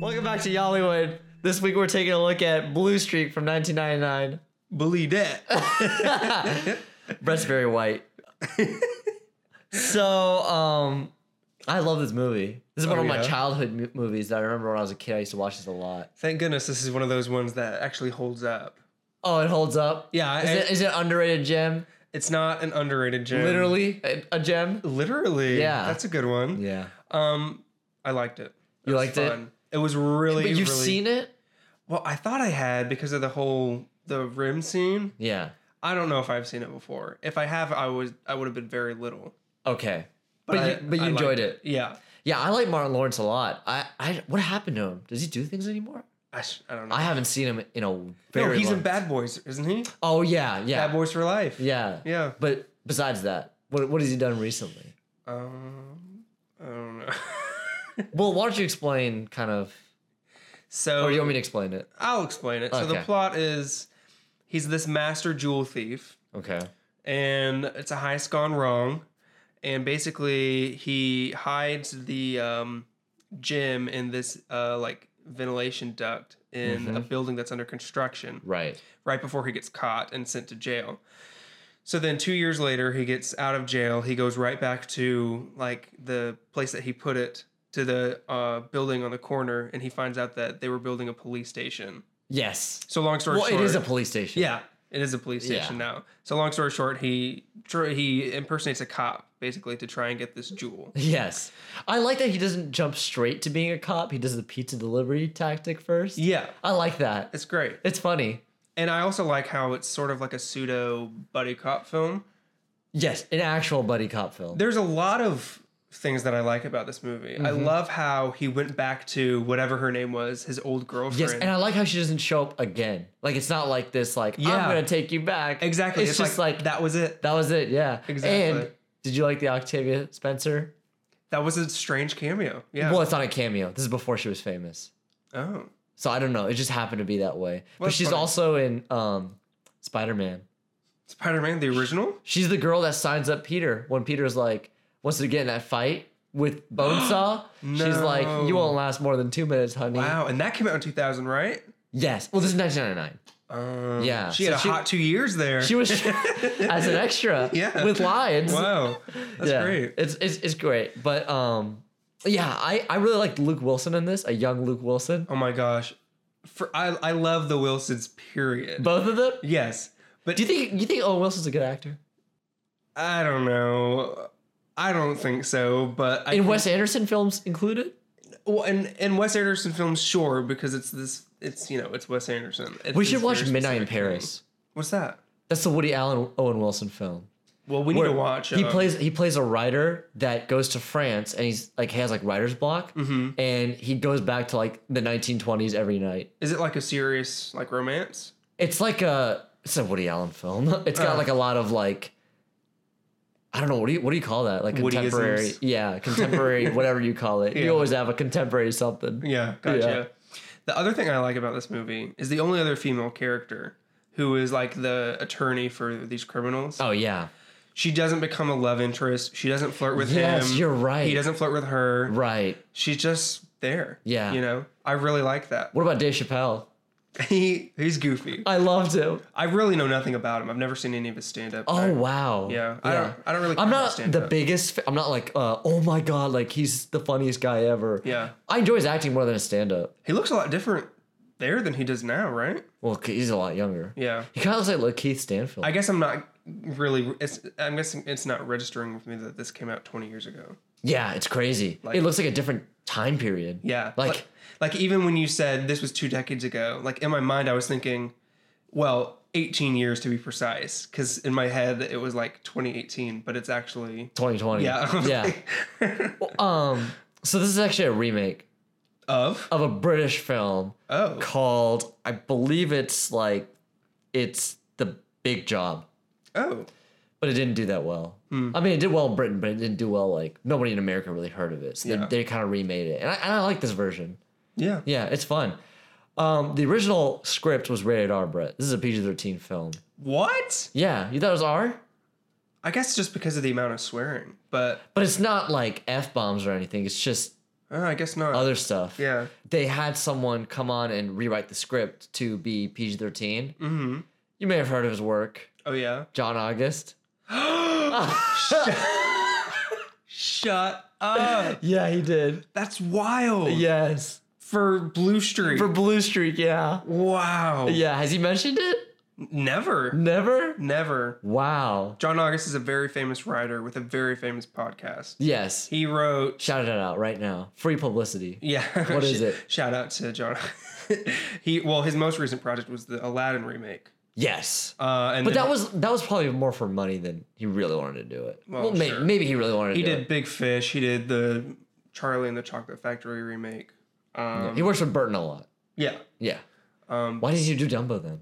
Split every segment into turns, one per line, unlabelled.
Welcome back to Yollywood. This week we're taking a look at Blue Streak from 1999.
Believe that.
Brett's very white. so, um, I love this movie. This is one
Oh,
of my
yeah?
childhood mo- movies that I remember when I was a kid. I used to watch this a lot.
Thank goodness this is one of those ones that actually holds up.
Oh, it holds up.
Yeah, I-
is it is it underrated gem?
It's not an underrated gem.
Literally a, a gem.
Literally.
Yeah.
That's a good one.
Yeah,
Um, I liked it. it
You
was
liked it?
fun. It was really.
but you've
really-
seen it.
Well, I thought I had because of the whole the rim scene.
Yeah.
I don't know if I've seen it before. If I have, I was I would have been very little.
Okay. But,
I-
you, but you
I liked
enjoyed it.
Yeah.
Yeah, I like Martin Lawrence a lot. I, I what happened to him? Does he do things anymore?
I, sh- I don't know.
I haven't seen him in a very.
no, he's
long-
in Bad Boys, isn't he?
Oh yeah, yeah,
Bad Boys for Life.
yeah,
Yeah.
But besides that, what what has he done recently?
Um, I don't know.
Well, why don't you explain kind of,
so
or you want me to explain it?
I'll explain it. So the
Okay.
plot is he's this master jewel thief,
Okay.
and it's a heist gone wrong. And basically, he hides the um, gem in this uh, like ventilation duct in a building that's under construction
Right.
right before he gets caught and sent to jail. So then 2 years later he gets out of jail, he goes right back to like the place that he put it to the uh, building on the corner and he finds out that they were building a police station.
Yes.
So long story
Well,
short
it is a police station.
Yeah, it is a police station
Yeah.
now. So long story short, he tr- he impersonates a cop basically to try and get this jewel.
Yes. I like that he doesn't jump straight to being a cop. He does the pizza delivery tactic first.
Yeah,
I like that.
it's great.
It's funny.
And I also like how it's sort of like a pseudo buddy cop film.
Yes, an actual buddy cop film.
there's a lot of things that I like about this movie. I
Mm-hmm.
love how he went back to whatever her name was, his old girlfriend.
Yes, and I like how she doesn't show up again. Like it's not like this. Like I'm
Yeah.
gonna take you back.
exactly.
It's, just like, that.
that was it.
was it. Yeah. And
Exactly.
did you like the Octavia Spencer?
That was a strange cameo. Yeah.
Well, it's not a cameo. This is before she was famous,
Oh.
so I don't know. It just happened to be that way. but
That's
she's
funny.
also in um, Spider Man.
Spider-Man the original?
She's the girl that signs up Peter when Peter's like wants to get in that fight with Bonesaw. She's like, you
No.
won't last more than two minutes, honey.
Wow, and that came out in 2000, right?
Yes. Well, this is 1999.
Um,
Yeah,
She
so
had a
she-
hot 2 years there.
She was as an extra
Yeah.
with lines.
wow. That's
yeah,
great.
It's, it's it's great, but um, yeah, I I really liked Luke Wilson in this, a young Luke Wilson.
Oh my gosh. For I I love the Wilsons period.
Both of them.
yes. But
Do you think you think Owen Wilson's a good actor?
I don't know. I don't think so, but I
In Wes Anderson films included.
Well, and and Wes Anderson films, sure, because it's this, it's you know, it's Wes Anderson. It's
We
this
should watch
very
Midnight in
specific
Paris.
thing. What's that?
That's the Woody Allen Owen Wilson film.
Well, we need
where
to watch.
He
um,
plays he plays a writer that goes to France and he's like he has like writer's block
Mm-hmm.
and he goes back to like the 1920s every night.
Is it like a serious like romance?
It's like a it's a Woody Allen film. It's got
Uh.
like a lot of like I don't know what do you what do you call that? Like
Woody-isms.
contemporary, yeah, contemporary, whatever you call it.
Yeah.
You always have a contemporary something.
Yeah, gotcha. The other thing I like about this movie is the only other female character who is like the attorney for these criminals.
Oh yeah,
She doesn't become a love interest. She doesn't flirt with
Yes,
him.
you're right.
He doesn't flirt with her.
right.
She's just there.
Yeah.
you know, I really like that.
What about Dave Chappelle?
He he's goofy.
I loved him.
I really know nothing about him. I've never seen any of his stand up.
Oh wow.
Yeah, I don't. I don't really.
I'm not
understand
the
that.
biggest. fa- I'm not like, uh, oh my god, like he's the funniest guy ever.
Yeah,
I enjoy his acting more than his stand up.
he looks a lot different there than he does now, right?
Well, 'cause he's a lot younger.
Yeah,
He kind of looks like Keith Stanfield.
I guess I'm not really. It's. I'm guessing it's not registering with me that this came out 20 years ago.
yeah, it's crazy.
Like-
it looks like a different time period.
Yeah,
Like-
like even when you said this was two decades ago, like in my mind I was thinking, well, 18 years to be precise, because in my head it was like 2018, but it's actually
2020.
yeah,
yeah. Um. So this is actually a remake
of
of a British film
oh
called, I believe it's like, it's the Big Job,
oh
but it didn't do that well.
Hmm.
I mean, it did well in Britain, but it didn't do well. Like nobody in America really heard of it, so
Yeah.
they, they kind of remade it, and I, and I like this version.
yeah.
Yeah, it's fun. Um, the original script was rated R, Brett. This is a PG-13 film.
What?
Yeah, you thought it was R?
I guess just because of the amount of swearing, but
But it's not like F bombs or anything. It's just
uh, I guess not.
other stuff.
yeah.
They had someone come on and rewrite the script to be PG 13.
Mm-hmm.
You may have heard of his work,
Oh yeah.
John August.
Shut up.
yeah, he did.
That's wild.
Yes.
For Blue Street.
For Blue Streak, yeah.
wow.
Yeah, has he mentioned it?
Never.
Never?
Never.
Wow.
John August is a very famous writer with a very famous podcast.
Yes.
He wrote
Shout it out right now. Free publicity.
Yeah.
What is it?
Shout out to John. he well, his most recent project was the Aladdin remake.
Yes.
Uh, and
But
then
that was that was probably more for money than he really wanted to do it. Well,
Well,
may,
sure.
maybe he really wanted to
he
do
did
it.
Big Fish. He did the Charlie and the Chocolate Factory remake. Um,
He works with Burton a lot.
yeah.
Yeah.
Um,
Why did you do Dumbo then?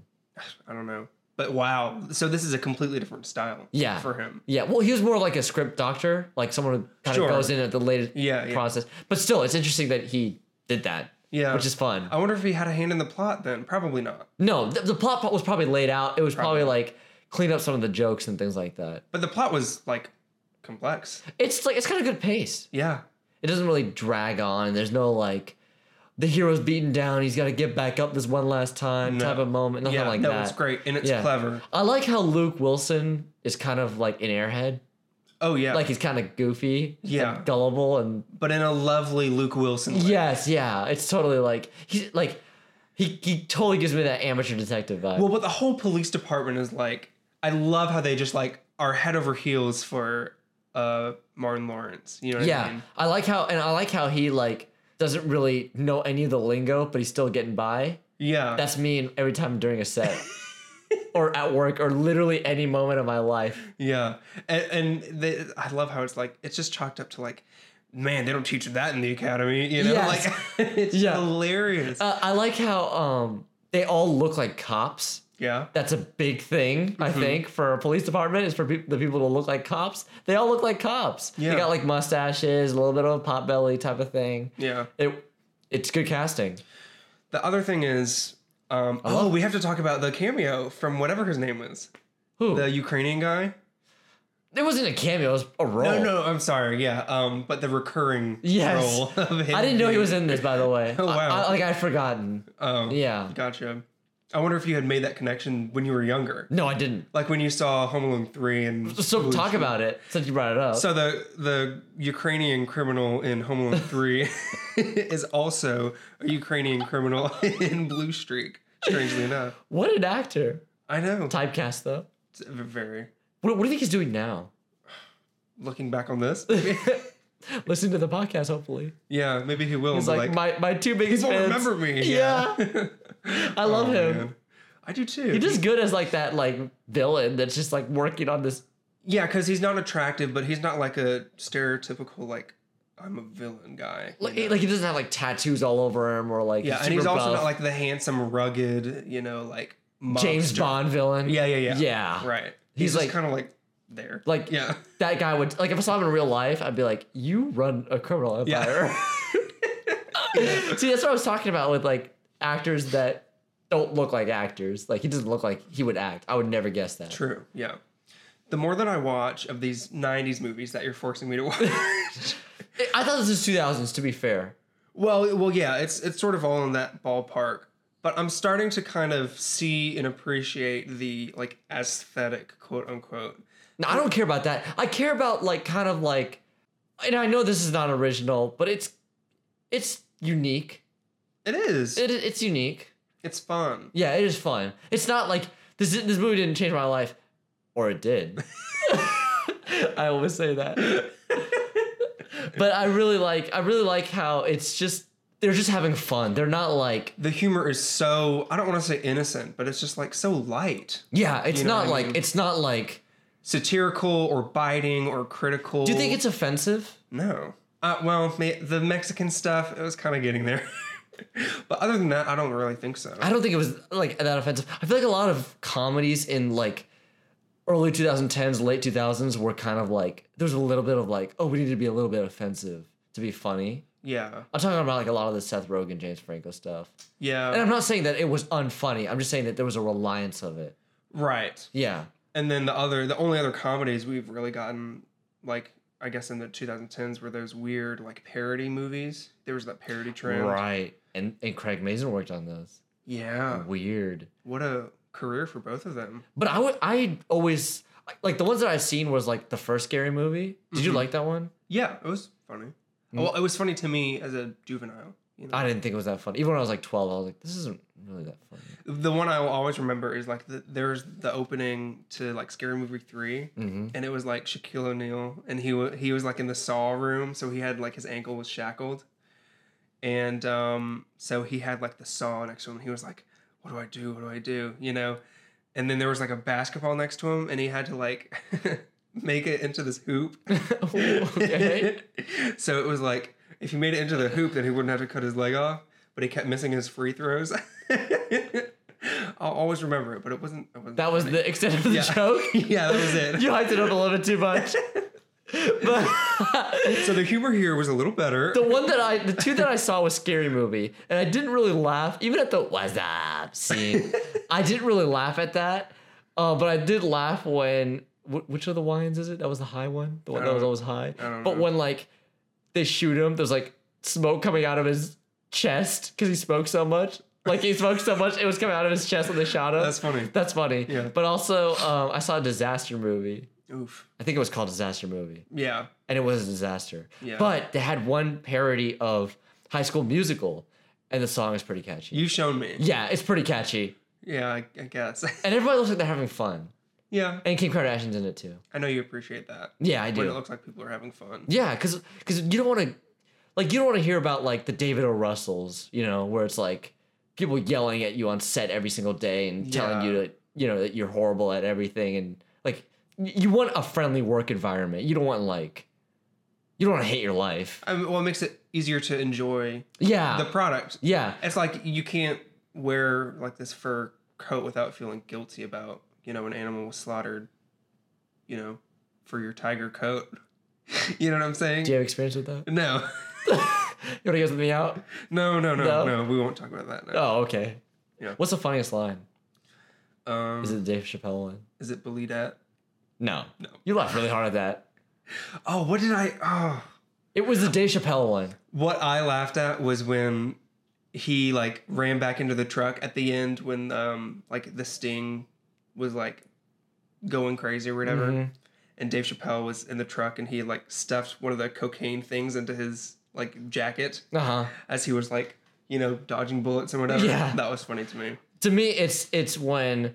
I don't know. But wow. So this is a completely different style.
Yeah.
For him.
Yeah. Well, he was more like a script doctor, like someone who kind
Sure.
of goes in at the latest
Yeah, yeah.
process. But still, it's interesting that he did that,
Yeah. Oh.
which is fun.
I wonder if he had a hand in the plot then. Probably not.
No, the, the plot was probably laid out. It was probably like clean up some of the jokes and things like that.
But the plot was like complex.
It's like it's kind of good pace.
Yeah.
It doesn't really drag on. There's no like the hero's beaten down. He's got to get back up this one last time
No.
type of moment. Nothing
yeah.
like
no,
that.
it's great and it's
Yeah.
clever.
I like how Luke Wilson is kind of like an airhead.
Oh yeah.
Like he's kind of goofy, and
Yeah.
gullible, and
but in a lovely Luke Wilson. Way.
yes, yeah. It's totally like he's like he he totally gives me that amateur detective vibe.
Well, but the whole police department is like, I love how they just like are head over heels for uh Martin Lawrence. You know what I
Yeah,
mean?
I like how, and I like how he like doesn't really know any of the lingo, but he's still getting by.
Yeah.
That's me every time during a set, or at work, or literally any moment of my life.
Yeah, and, and they, I love how it's like it's just chalked up to like, man, they don't teach that in the academy, you know?
Yes.
Like it's
Yeah.
hilarious.
Uh, I like how um they all look like cops.
yeah,
That's a big thing, I
Mm-hmm.
think, for a police department is for peop the people to look like cops. They all look like cops.
Yeah.
They got like mustaches, a little bit of a pot belly type of thing.
yeah.
It, it's good casting.
The other thing is, um, oh, we have to talk about the cameo from whatever his name was,
Who?
the Ukrainian guy.
it wasn't a cameo. It was a role.
No, no, I'm sorry. Yeah, um, but the recurring
Oh. Yes.
role of him.
I didn't know he was in this, by the way.
Oh, wow.
I, I- like I'd forgotten.
Oh,
Yeah.
gotcha. I wonder if you had made that connection when you were younger,
No, I didn't.
like when you saw Home Alone three and
So talk about it since you brought it up.
So the the Ukrainian criminal in Home Alone Three is also a Ukrainian criminal in Blue Streak. Strangely enough,
what an actor.
I know.
Typecast though.
It's very
What, what do you think he's doing now?
looking back on this.
Listen to the podcast, hopefully.
yeah, maybe he will.
He's
but,
like, my, my two biggest
"People
fans.
remember me.
Yeah. I love
Oh,
him.
man. I do too.
He's just good as like that like villain that's just like working on this.
yeah, because he's not attractive, but he's not like a stereotypical like I'm a villain guy. you
Like,
know?
he- like he doesn't have like tattoos all over him or like
yeah,
super
and he's also
buff
not like the handsome, rugged, you know, like
James
mobster.
Bond villain.
Yeah, yeah, yeah.
Yeah.
Right.
He's
He's,
like-
like kind of like there.
Like
yeah,
that guy would like if I saw him in real life, I'd be like, "You run a criminal empire."
yeah.
See, that's what I was talking about with like actors that don't look like actors. Like he doesn't look like he would act. I would never guess that.
True. Yeah. The more that I watch of these '90s movies that you're forcing me to watch,
I I thought this was two thousands. To be fair,
well, it- well, yeah, it's it's sort of all in that ballpark. But I'm starting to kind of see and appreciate the like aesthetic, quote unquote.
no, I don't care about that. I care about like kind of like, and I know this is not original, but it's it's unique.
It is.
It, it's unique.
it's fun.
Yeah, it is fun. It's not like this. This movie didn't change my life, or it did. I always say that. but I really like. I really like how it's just they're just having fun. They're not like
The humor is so I don't want to say innocent, but it's just like so light,
yeah. It's
You know
not
what I
like
mean?
it's not like.
satirical or biting or critical.
Do you think it's offensive?
No. Uh, well, ma- the Mexican stuff, it was kind of getting there. but other than that, I don't really think so.
I don't think it was like that offensive. I feel like a lot of comedies in like early 2010s, late 2000s were kind of like there's a little bit of like oh we need to be a little bit offensive to be funny.
Yeah.
I'm talking about like a lot of the Seth Rogen, James Franco stuff. And
Yeah.
I'm not saying that it was unfunny. I'm just saying that there was a reliance of it.
Right.
Yeah.
and then the other, the only other comedies we've really gotten, like I guess in the 2010s, were those weird like parody movies. There was that parody trend.
Right. And and Craig Mazin worked on those.
Yeah.
Weird.
What a career for both of them.
But I would I always like the ones that I've seen was like the first scary movie. Did you
Mhm.
like that one?
Yeah, it was funny. Well, it was funny to me as a juvenile. You know?
Mm. I didn't think it was that funny. Even when I was like 12, I was like, this isn't really that funny.
the one I will always remember is like the, there's the opening to like Scary Movie three,
Mm-hmm.
and it was like Shaquille O'Neal, and he wa he was like in the saw room, so he had like his ankle was shackled, and um, so he had like the saw next to him. He was like, "What do I do? What do I do?" You know, and then there was like a basketball next to him, and he had to like make it into this hoop.
okay.
so it was like if he made it into the hoop, then he wouldn't have to cut his leg off. But he kept missing his free throws. I'll always remember it, but it wasn't. It wasn't
That was
funny.
the extent of the
Yeah.
joke.
yeah. That was it.
you hyped it up a little bit too much. But
So the humor here was a little better.
the one that I, the two that I saw was Scary Movie, and I didn't really laugh. Even at the "What's up" scene, I didn't really laugh at that. Uh, but I did laugh when wh- which of the wines is it? That was the high one, the one that was
don't-
always high.
Uh, don't
But
know.
when like they shoot him, there's like smoke coming out of his chest because he smoked so much. Like he smoked so much, it was coming out of his chest when they shot him.
That's funny.
That's funny.
Yeah.
But also, um, I saw a disaster movie.
Oof.
I think it was called Disaster Movie
Yeah.
and it was a disaster.
Yeah.
But they had one parody of High School Musical, and the song is pretty catchy.
You've shown me.
yeah, it's pretty catchy,
Yeah, I, I guess.
and everybody looks like they're having fun.
yeah,
And Kim Kardashian's in it too.
I know you appreciate that.
Yeah, I do.
When it looks like people are having fun.
yeah, because you don't want to, like, you don't want to hear about like the David O. Russells, you know, where it's like people yelling at you on set every single day and telling
Yeah.
you to, you know, that you're horrible at everything, and like y- you want a friendly work environment. You don't want like, you don't want to hate your life.
I mean, well, it Um, makes it easier to enjoy
Yeah.
the product.
yeah.
It's like you can't wear like this fur coat without feeling guilty about you know an animal was slaughtered, you know, for your tiger coat. you know what I'm saying?
Do you have experience with that?
No,
You want to guess with me out?
no, no, no,
No.
no, We won't talk about that. Now.
Oh, okay.
Yeah.
What's the funniest line?
Um,
Oh. Is it the Dave Chappelle one?
is it believe that?
No.
No.
You laughed really hard at that.
Oh, what did I? Oh.
It was the Dave Chappelle one.
What I laughed at was when he like ran back into the truck at the end when um like the sting was like going crazy or whatever.
Mhm.
And Dave Chappelle was in the truck and he like stuffed one of the cocaine things into his like jacket
Uh huh.
as he was like, you know, dodging bullets and whatever.
Yeah.
That was funny to me.
To me, it's it's when,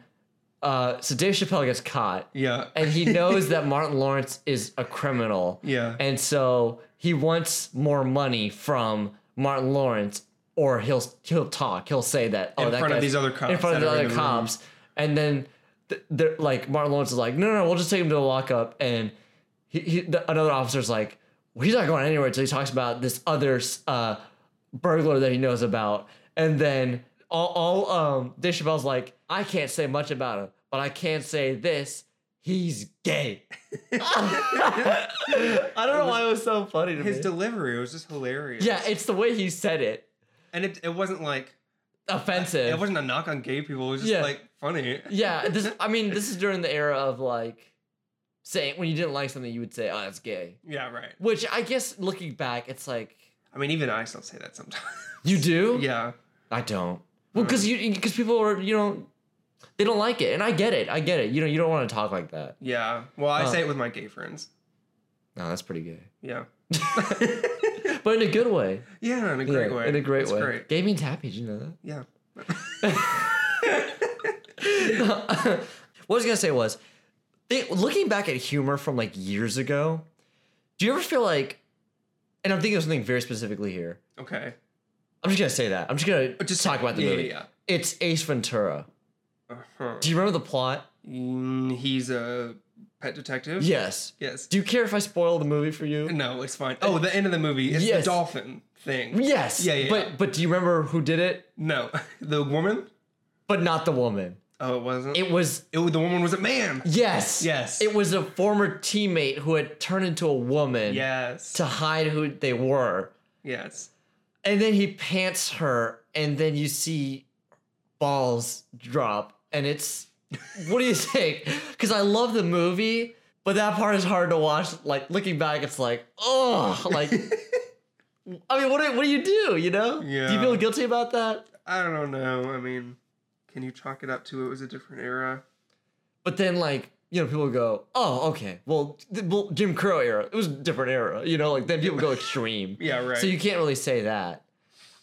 uh, so Dave Chappelle gets caught,
Yeah.
and he knows that Martin Lawrence is a criminal,
yeah.
and so he wants more money from Martin Lawrence, or he'll he'll talk, he'll say that. Oh,
in
that
front of
guy's-
these other cops.
in front of
that
the
are
other
room.
cops, and then th- they're like Martin Lawrence is like, no, no, no, we'll just take him to the lockup, and he, he the, another officer's like, well, he's not going anywhere until he talks about this other uh, burglar that he knows about, and then all, all um, Dave Chappelle's like, I can't say much about him, but I can say this. He's gay. I don't know why it was so funny to
His
me.
delivery was just hilarious.
yeah, it's the way he said it.
And it, it wasn't like
Offensive.
it wasn't a knock on gay people. It was just
Yeah.
like funny.
Yeah, this. I mean, this is during the era of like saying when you didn't like something, you would say, "Oh, that's gay."
Yeah, right.
Which I guess looking back, it's like
I mean, even I still say that sometimes.
you do.
yeah,
I don't. Well,
Hmm.
because you because people are you know they don't like it, and I get it. I get it. You know, you don't want to talk like that.
yeah. Well, I
Huh.
say it with my gay friends.
No, that's pretty gay,
Yeah.
but in a good way.
yeah, in a great
Yeah,
way.
In a great
It's
way.
Great.
Gay means happy. Did you know that?
Yeah.
what I was gonna say was, they, looking back at humor from like years ago, do you ever feel like, and I'm thinking of something very specifically here.
Okay.
I'm just gonna say that. I'm just gonna just talk about the
Oh, yeah,
movie.
Yeah.
It's Ace Ventura.
yeah. Uh-huh.
Do you remember the plot?
Mm, He's a pet detective.
Yes.
Yes.
Do you care if I spoil the movie for you?
no, it's fine. Oh, the end of the movie. It's
Yes.
the dolphin thing.
Yes.
Yeah, yeah,
But
yeah.
but do you remember who did it?
No, the woman.
But not the woman.
Oh, it wasn't. It,
It was
was- the woman was a man.
yes.
Yes.
It was a former teammate who had turned into a woman
Yes.
to hide who they were.
yes.
And then he pants her, and then you see balls drop, and it's What do you think? Because I love the movie, but that part is hard to watch. Like looking back, it's like, oh, like. I mean, what do, what do you do? You know? Do you
Yeah.
feel guilty about that?
I don't know. I mean, can you chalk it up to it was a different era?
But then, like, you know, people go, oh, okay, well, th- well Jim Crow era, it was a different era, you know, like then people go extreme.
Yeah, right.
So you can't really say that.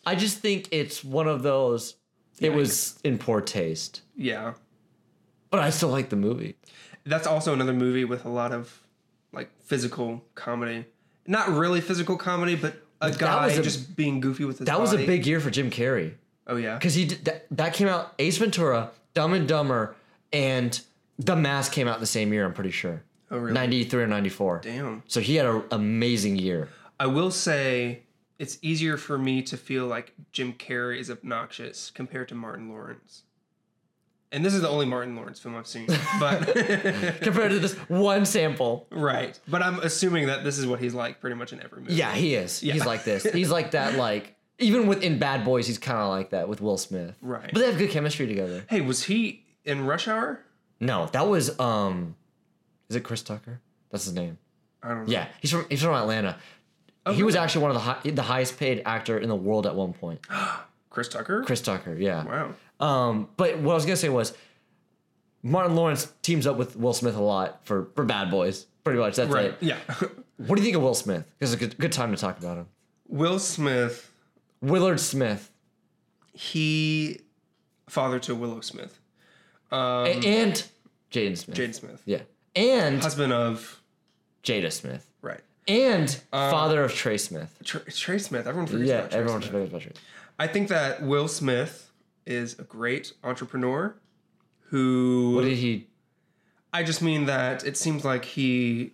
I just think it's one of those, it was in poor taste,
yeah.
but I still like the movie.
That's also another movie with a lot of like physical comedy. Not really physical comedy, but a guy
was a-
just being goofy with his
That was a
body.
big year for Jim Carrey
Oh yeah.
because he did, that, that came out Ace Ventura, Dumb and Dumber, and The Mask came out the same year, I'm pretty sure.
Oh really?
93 or 94.
Damn.
So he had an amazing year.
I will say it's easier for me to feel like Jim Carrey is obnoxious compared to Martin Lawrence. And this is the only Martin Lawrence film I've seen. But
Compared to this one sample.
right. But I'm assuming that this is what he's like pretty much in every movie.
Yeah, he is. He's like this. He's like that. Like even with in Bad Boys, he's kind of like that with Will Smith.
Right.
But they have good chemistry together.
Hey, was he in Rush Hour?
No, that was um, is it Chris Tucker? That's his name.
I don't know.
Yeah, he's from he's from Atlanta.
Oh,
he was actually one of the high, the highest paid actor in the world at one point.
Chris Tucker?
Chris Tucker. Yeah.
Wow.
Um, but what I was gonna say was, Martin Lawrence teams up with Will Smith a lot for for Bad Boys. Pretty much. That's
Right.
it.
Yeah.
What do you think of Will Smith? Because it's a good, good time to talk about him.
Will Smith,
Willard Smith.
he father to Willow Smith. Um,
A- and Jaden Smith.
Jaden Smith.
Yeah. And
Husband of
Jada Smith.
right.
And father of Trey Smith.
Tr- Trey Smith. Everyone forgets
Yeah,
about Uh, Trey
everyone
Smith.
should know about Trey.
I think that Will Smith is a great entrepreneur
What
who
did he?
I just mean that it seems like he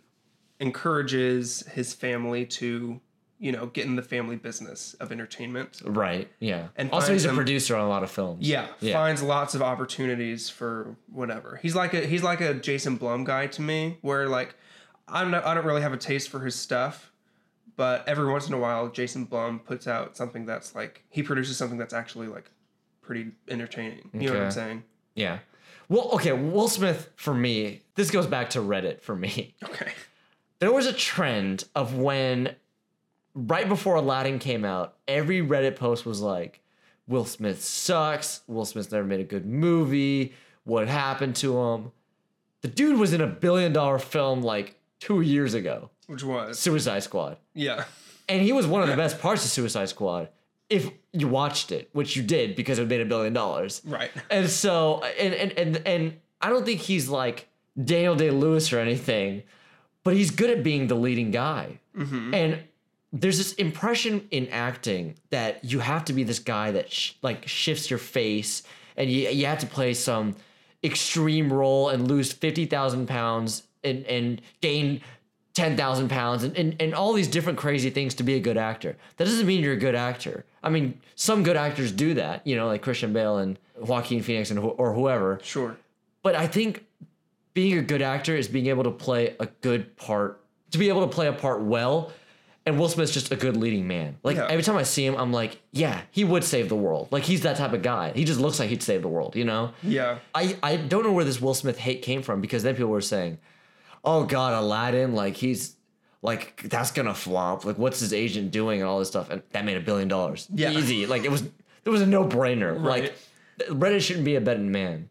encourages his family to, you know, get in the family business of entertainment.
Right. Yeah.
And
also,
find
he's a
some-
producer on a lot of films.
Yeah,
Yeah.
finds lots of opportunities for whatever. He's like a he's like a Jason Blum guy to me where like I'm not I don't really have a taste for his stuff, but every once in a while Jason Blum puts out something that's like he produces something that's actually like pretty entertaining. You know what I'm
Okay.
saying?
Yeah. Well, okay. Will Smith for me. This goes back to Reddit for me.
Okay.
There was a trend of when, right before Aladdin came out, every Reddit post was like, "Will Smith sucks. Will Smith never made a good movie. What happened to him?" The dude was in a billion dollar film like two years ago.
Which was
Suicide Squad.
yeah.
And he was one of the best parts of Suicide Squad if you watched it, which you did because it made a billion dollars.
Right.
And so and and and and I don't think he's like Daniel Day Lewis or anything, but he's good at being the leading guy.
Mm-hmm.
And there's this impression in acting that you have to be this guy that sh- like shifts your face and you, you have to play some extreme role and lose 50,000 pounds and, and gain 10,000 pounds and, and, and all these different crazy things to be a good actor. That doesn't mean you're a good actor. I mean, some good actors do that, you know, like Christian Bale and Joaquin Phoenix and who or whoever.
Sure.
But I think being a good actor is being able to play a good part, to be able to play a part well. And Will Smith's just a good leading man. Like
Yeah.
every time I see him, I'm like, yeah, he would save the world. Like he's that type of guy. He just looks like he'd save the world, you know?
Yeah.
I, I don't know where this Will Smith hate came from because then people were saying, "Oh God, Aladdin, like he's like that's gonna flop. Like what's his agent doing and all this stuff?" And that made a billion dollars,
Yeah.
easy. Like it was, it was a no brainer.
Right.
Like Reddit shouldn't be a betting man.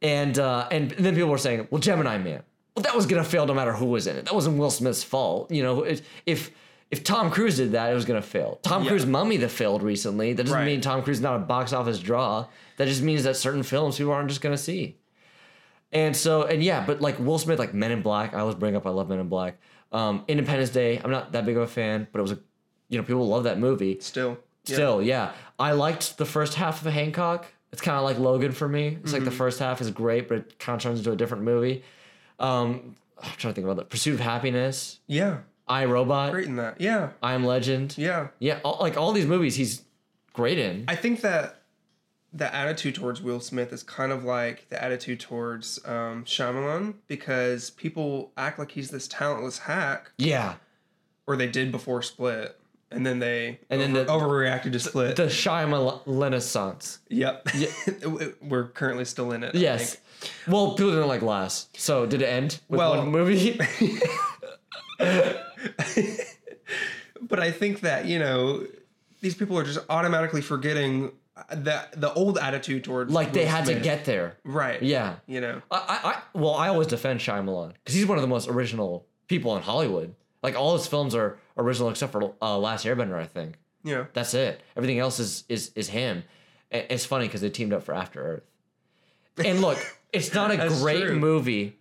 And uh, and then people were saying, "Well, Gemini Man, well that was gonna fail no matter who was in it. That wasn't Will Smith's fault. You know, it, if." If Tom Cruise did that, it was gonna fail. Tom
Yeah.
Cruise Mummy that failed recently. That doesn't
Right.
mean Tom Cruise is not a box office draw. That just means that certain films people aren't just gonna see. And so, and yeah, but like Will Smith, like Men in Black, I always bring up I love Men in Black. Um, Independence Day, I'm not that big of a fan, but it was a, you know, people love that movie.
Still. Yeah.
Still, yeah, I liked the first half of Hancock. It's kind of like Logan for me. It's like the
Mm-hmm.
first half is great, but it kind of turns into a different movie. Um, I'm trying to think about that. Pursuit of Happiness,
Yeah.
I Robot,
Great in that. Yeah.
I Am Legend. Yeah,
Yeah.
all, like all these movies, he's great in.
I think that the attitude towards Will Smith is kind of like the attitude towards um, Shyamalan because people act like he's this talentless hack,
yeah,
or they did before Split, and then they
And then the-
overreacted to split.
The Shyamalan Renaissance.
yep, we're currently still in it. I
Yes.
think.
Well, people didn't like last. So did it end with
Well-
one movie?
but I think that you know these people are just automatically forgetting that the old attitude towards
like they
Will
had to
Smith.
get there.
right.
Yeah.
you know.
I, I, I well, I always defend Shyamalan because he's one of the most original people in Hollywood. Like all his films are original except for uh, Last Airbender, I think.
Yeah.
That's it. Everything else is is is him. A- It's funny because they teamed up for After Earth. And look, it's not a
That's
great
true.
movie,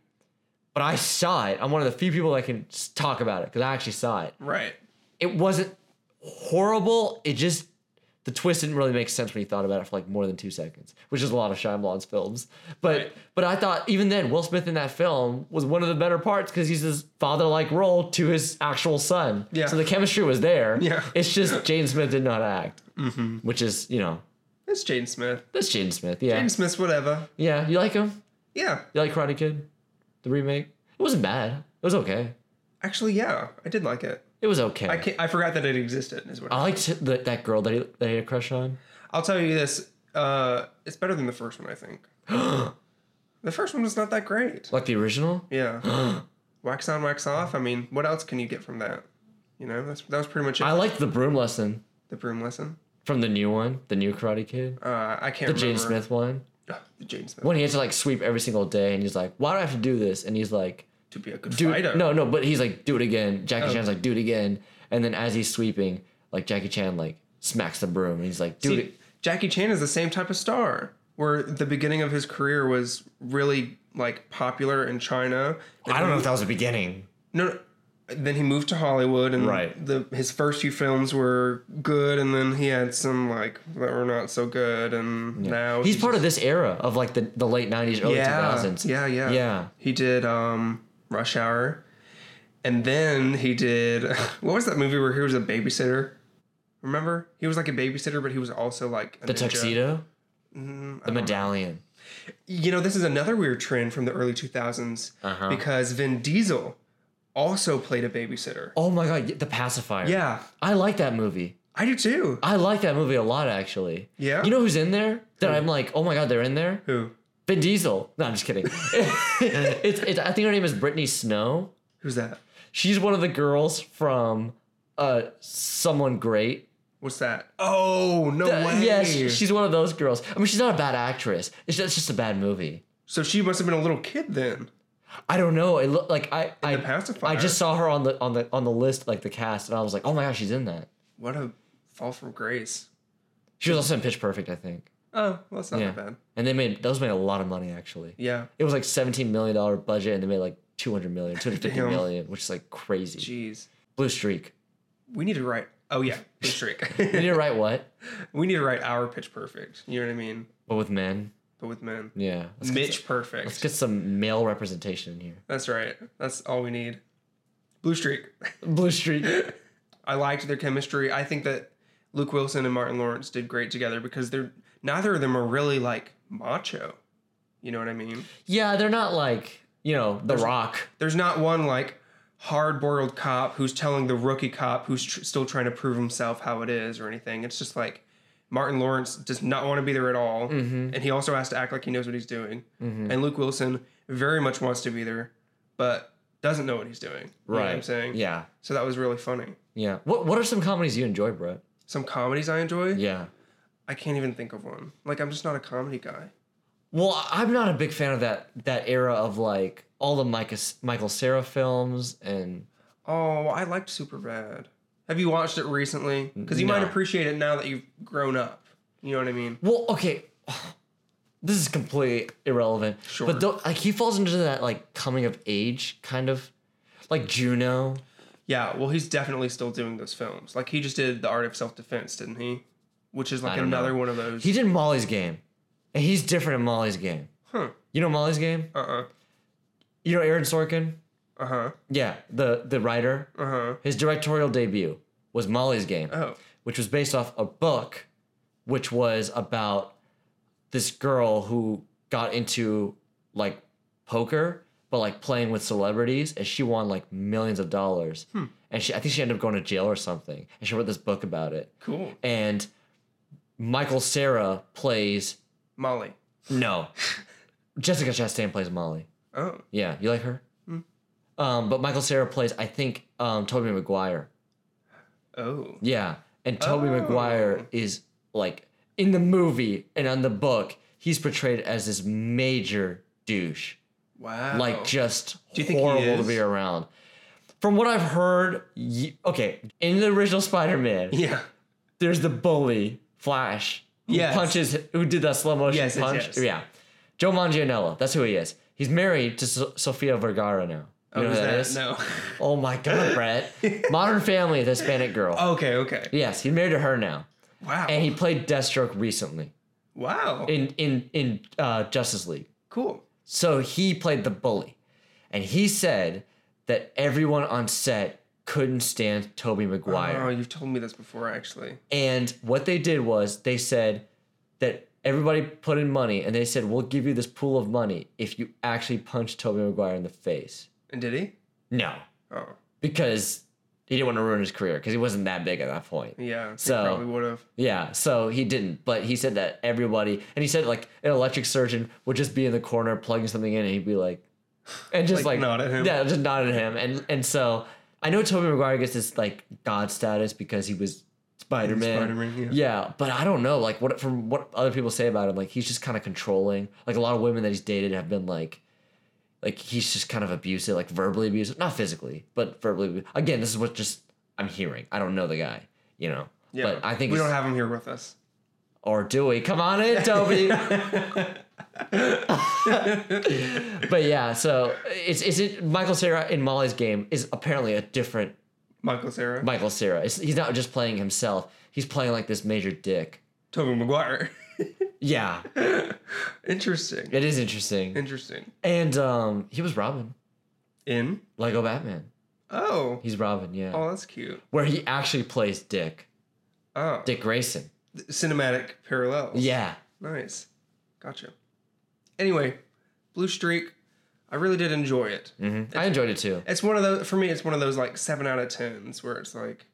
but I saw it. I'm one of the few people that can s- talk about it because I actually saw it.
Right.
It wasn't horrible. It just the twist didn't really make sense when you thought about it for like more than two seconds, which is a lot of Shyamalan's films. But
Right.
but I thought even then Will Smith in that film was one of the better parts because he's his father like role to his actual son.
Yeah.
So the chemistry was there.
Yeah.
It's just Jane Smith did not act, mm-hmm. which is you know
It's Jaden Smith.
that's Jane Smith. Yeah.
Jaden Smith's whatever.
Yeah. You like him?
Yeah.
You like Karate Kid, the remake? It wasn't bad. It was okay.
Actually, yeah, I did like it.
It was okay.
I
I,
can't, I forgot that it existed. Is what I-
liked the, that girl that he, that he had a crush on.
I'll tell you this. Uh, it's better than the first one, I think. the first one was not that great.
Like the original.
Yeah. wax on, wax off. I mean, what else can you get from that? You know, that's that was pretty much it.
I liked the broom lesson.
the broom lesson.
From the new one, the new Karate Kid,
Uh, I can't.
the Jane
remember.
Smith one,
Ugh, the Jane Smith.
when he had to like sweep every single day, and he's like, "Why do I have to do this?" And he's like,
To be a good
"Do
fighter.
no, no," but he's like, "Do it again." Jackie Chan's like, "Do it again," and then as he's sweeping, like Jackie Chan like smacks the broom, and he's like, "Do it."
See, Jackie Chan is the same type of star. Where the beginning of his career was really like popular in China.
I don't know if that was the beginning.
No, no. Then he moved to Hollywood, and
Right.
the his first few films were good, and then he had some like that were not so good, and now
He's part of this era of like the, the late '90s, early
yeah,
2000s.
yeah, yeah,
Yeah.
He did um, Rush Hour, and then he did what was that movie where he was a babysitter? Remember, he was like a babysitter, but he was also like a
The
ninja.
tuxedo, the medallion.
You know, this is another weird trend from the early two thousands
Uh-huh.
because Vin Diesel also played a babysitter.
Oh my god, the pacifier.
Yeah,
I like that movie.
I do too.
I like that movie a lot, actually.
Yeah?
You know who's in there? That I'm like, oh my god, they're in there.
Who?
Vin Diesel. No, I'm just kidding. it's, it's, I think her name is Brittany Snow.
Who's that?
She's one of the girls from uh, Someone Great. Uh,
What's that? Oh no way!
Yes, she's one of those girls. I mean, she's not a bad actress. It's just, it's just a bad movie.
so she must have been a little kid then.
I don't know. It looked like I I,
The pacifier.
I just saw her on the on the on the list like the cast, and I was like, oh my gosh, she's in that.
what a fall from grace.
She was also in Pitch Perfect, I think.
Oh, well, that's not
Yeah.
that bad.
And they made those made a lot of money actually.
Yeah.
It was like 17 million dollar budget, and they made like 200 million, 250
Damn.
million, which is like crazy.
Jeez.
Blue Streak.
We need to write. Oh yeah, Pitch Streak.
You need to write what?
we need to write our Pitch Perfect. You know what I mean?
But with men.
But with men.
Yeah. Let's get,
Mitch Perfect.
let's get some male representation in here.
That's right. That's all we need. Blue Streak.
Blue Streak.
I liked their chemistry. I think that Luke Wilson and Martin Lawrence did great together because they're neither of them are really like macho. You know what I mean?
Yeah, they're not like, you know, The Rock.
There's not one like hard-boiled cop who's telling the rookie cop who's tr- still trying to prove himself how it is or anything. It's just like Martin Lawrence does not want to be there at all,
Mm-hmm.
and he also has to act like he knows what he's doing. And Luke Wilson very much wants to be there, but doesn't know what he's doing. You know what I'm saying.
Yeah.
So that was really funny.
Yeah. What What are some comedies you enjoy, Brett?
Some comedies I enjoy.
Yeah.
I can't even think of one. Like I'm just not a comedy guy.
Well, I- I'm not a big fan of that that era of like all the Michael Michael Sarah films and
Oh, I liked Super Bad. Have you watched it recently? Because you might
No.
appreciate it now that you've grown up. You know what I mean?
Well, okay. This is completely irrelevant.
Sure.
But tho- like he falls into that like coming of age kind of like Juno.
Yeah, well, he's definitely still doing those films. Like he just did The Art of Self Defense, didn't he? Which is like
don't
another
know.
one of those.
He did Molly's game. And he's different in Molly's game.
huh.
You know Molly's game?
Uh uh.
You know Aaron Sorkin?
Uh huh.
Yeah, the the writer.
Uh huh.
His directorial debut was Molly's game,
Oh.
which was based off a book which was about this girl who got into like poker, but like playing with celebrities, and she won like millions of dollars. and she I think she ended up going to jail or something. And she wrote this book about it.
Cool.
And Michael Sarah plays
Molly.
no. Jessica Chastain plays Molly.
Oh,
Yeah, you like her? Um, but Michael Sarah plays, I think, um, Toby Maguire.
oh,
Yeah. And Toby
Oh.
Maguire is like in the movie and on the book, he's portrayed as this major douche.
wow.
Like just
Oh. Do you think he
horrible
is?
to be around. From what I've heard, y okay, in the original Spider-Man,
yeah,
there's the bully Flash who
Yes.
punches who did that slow motion
Yes, yes,
punch.
yes.
Yeah, Joe Manganiello. That's who he is. He's married to so- Sofia Vergara now. You
oh,
know who
is
that
that-
is?
no.
Oh my god, Brett! Modern Family, the Hispanic girl.
okay, okay.
Yes, he's married to her now,
Wow.
and he played Deathstroke recently
wow.
in in in uh, Justice League.
cool.
So he played the bully. And he said that everyone on set couldn't stand Toby
Oh,
Maguire.
you've told me this before, actually.
And what they did was they said that everybody put in money and they said, We'll give you this pool of money if you actually punch Toby Maguire in the face.
And did he?
No.
Oh,
Because he didn't want to ruin his career because he wasn't that big at that point.
yeah. he
So-
probably would have.
Yeah, so he didn't, but he said that everybody, and he said like an electric surgeon would just be in the corner plugging something in, and he'd be like, and just like,
Like, nod at him.
Yeah, just nod at him, and and so I know Tobey Maguire gets this like god status because he was Spider Man.
Spider-Man, yeah.
but I don't know, like what from what other people say about him, like he's just kind of controlling. Like a lot of women that he's dated have been like. Like he's just kind of abusive, like verbally abusive, not physically, but verbally. abu- Again, this is what just I'm hearing. I don't know the guy, you know.
Yeah.
But I think
we
it's-
don't have him here with us.
or do we? Come on in, Toby. but yeah, so it's is it Michael Sarah in Molly's game is apparently a different
Michael Sarah.
Michael Sarah. It's, he's not just playing himself. He's playing like this major dick.
Toby Maguire.
Yeah,
Interesting.
it is interesting.
Interesting.
And um, he was Robin,
In.
Lego Batman.
Oh.
He's Robin, yeah.
Oh, that's cute.
Where he actually plays Dick,
Oh.
Dick Grayson.
Cinematic parallels.
Yeah,
Nice. Gotcha. Anyway, Blue Streak. I really did enjoy it.
hmm I enjoyed it too.
It's one of those for me. It's one of those like seven out of tens where it's like,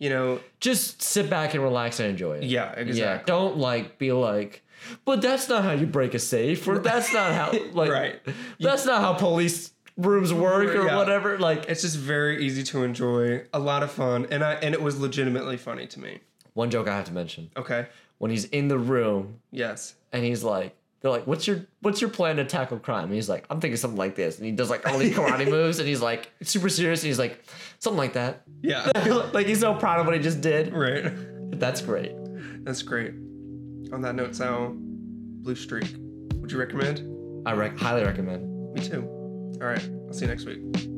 you know,
Just sit back and relax and enjoy it.
yeah,
Yeah,
exactly.
don't like be like, but that's not how you break a safe, or that's not how like
Right.
that's not how police rooms work or
Yeah.
whatever. Like
It's just very easy to enjoy. A lot of fun, and I and it was legitimately funny to me.
one joke I have to mention
Okay.
when he's in the room
Yes.
and he's like, they're like, what's your what's your plan to tackle crime? And he's like, I'm thinking something like this, and he does like all these karate moves, and he's like super serious, and he's like something like that.
Yeah.
like he's so proud of what he just did.
right.
That's great.
That's great. On that note, Sal, Blue Streak. Would you recommend?
I rec- highly recommend.
Me too. All right. I'll see you next week.